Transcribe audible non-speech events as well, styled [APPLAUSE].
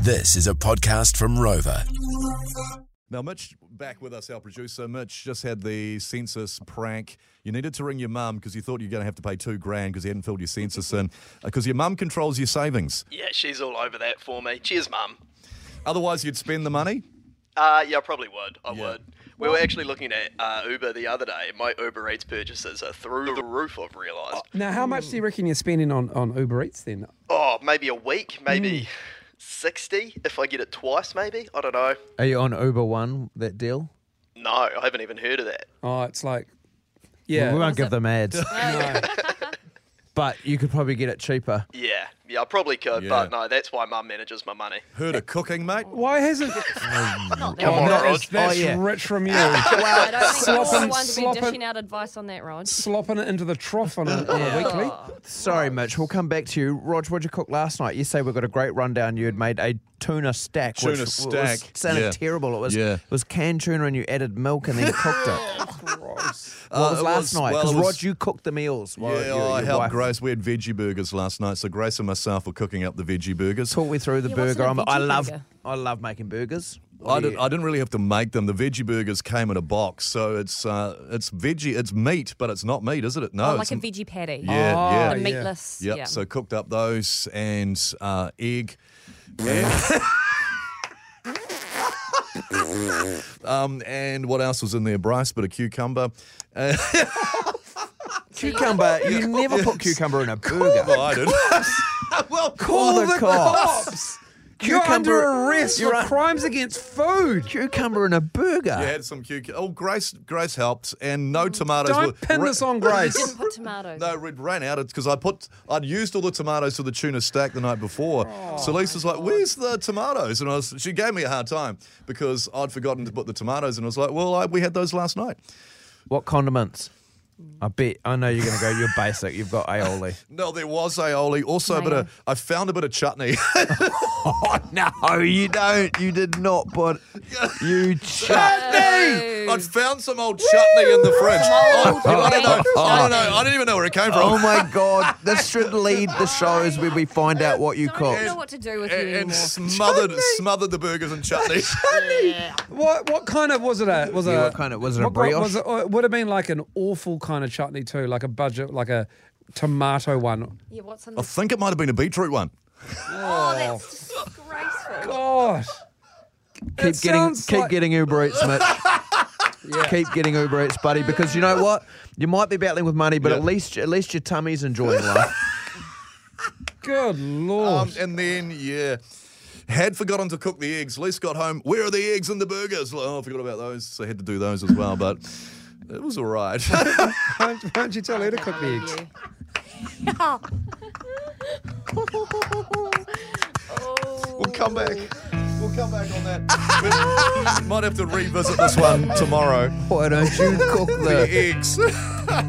This is a podcast from Rover. Now, Mitch, back with us, our producer. Mitch just had the census prank. You needed to ring your mum because you thought you were going to have to pay two grand because you hadn't filled your census in, because your mum controls your savings. Yeah, she's all over that for me. Cheers, mum. Otherwise, you'd spend the money. Uh, yeah, I probably would. I Yeah. would. We were actually looking at uh, Uber the other day. My Uber Eats purchases are through the roof, I've Uh, oh. realised. Now, how much do you reckon you're spending on, on Uber Eats then? Oh, maybe a week, maybe Hmm. 60 if I get it twice, maybe. I don't know. Are you on Uber One, that deal? No, I haven't even heard of that. Oh, it's like, yeah. We won't give them [LAUGHS] ads. but you could probably get it cheaper. Yeah, yeah, I probably could, Yeah. but no, that's why mum manages my [LAUGHS] money. Heard of cooking, mate? Why [LAUGHS] hasn't? Come on, that Rog. is, that's Oh, yeah. rich [LAUGHS] from you. I don't think Slopping- you're the one to be slopping- dishing out advice on that, Rod. Oh, Slopping it into the trough on a, on a weekly. Oh, Sorry, Mitch. We'll come back to you. Rog, what'd you cook last night? You say we've got a great rundown. You had made a tuna stack. Tuna which was- stack, sounded yeah. terrible. It was Yeah. it was canned tuna and you added milk and then cooked it. What Uh, was it last was- night? well, Because it was- Rog, you cooked the meals. While yeah, your, your I helped wife- Grace. We had veggie burgers last night, so Grace and myself were cooking up the veggie burgers. Talk me through the Yeah, what's in burger. a I'm, I veggie love burger? I love making burgers. I, did, I didn't really have to make them. The veggie burgers came in a box, so it's uh, it's veggie, it's meat, but it's not meat, isn't it? No, Oh, it's like a m- veggie patty. Yeah, Oh, yeah, The yeah. meatless. Yep. Yeah. So cooked up those and uh, egg. And- um, and what else was in there? Bryce, bit of cucumber. Uh, Cucumber. [LAUGHS] You never put cucumber in a burger. well, I did. [LAUGHS] well, Call the cops. You're under Cucumber- arrest you're for un- crimes against food. Cucumber and a burger. You had some cucumber. Oh, Grace, Grace helped, and no tomatoes. were- Mm, Don't pin Ra- this on [LAUGHS] You Grace. didn't put tomatoes. No, it ran out. It's because I put, I'd used all the tomatoes for the tuna stack the night before. Oh so Lisa's like, "Where's the tomatoes?" And I was, she gave me a hard time because I'd forgotten to put the tomatoes. And I was like, "Well, I, we had those last night." What condiments? I bet I know you're going to go. You're basic. You've got aioli. No, there was aioli. Also, a bit of, I found a bit of chutney. [LAUGHS] oh no, you don't. You did not put. You Oh, chuck. Hey! I'd found some old chutney in the fridge. Some I, old I don't know. green I don't know. I didn't even know where it came Oh from. my god, this should lead the shows where we find out what you I don't know cook. what to do with you And, anymore. and smothered, smothered the burgers in [LAUGHS] chutney. What what kind of was it? A was Yeah, a what kind of- was it a what- what- brioche? Was it, oh, it would have been like an awful kind of chutney too, like a budget, like a tomato one. Yeah, what's in I the... think it might have been a beetroot one. Oh, that's [LAUGHS] disgraceful. God. Keep getting, Oh. sounds keep like- getting Uber Eats, Mitch. Keep getting Uber Eats, buddy, because you know what? You might be battling with money, but Yeah. at least at least your tummy's enjoying life. Good lord. Um, and then, yeah, had forgotten to cook the eggs. Lise got home. Where are the eggs and the burgers? Like, oh, I forgot about those. So I had to do those as well, but it was all right. [LAUGHS] Why don't- why don't you tell her to cook the eggs? Oh. we'll come back. We'll come back on that. We might have to revisit this one tomorrow. Why don't you cook the The eggs.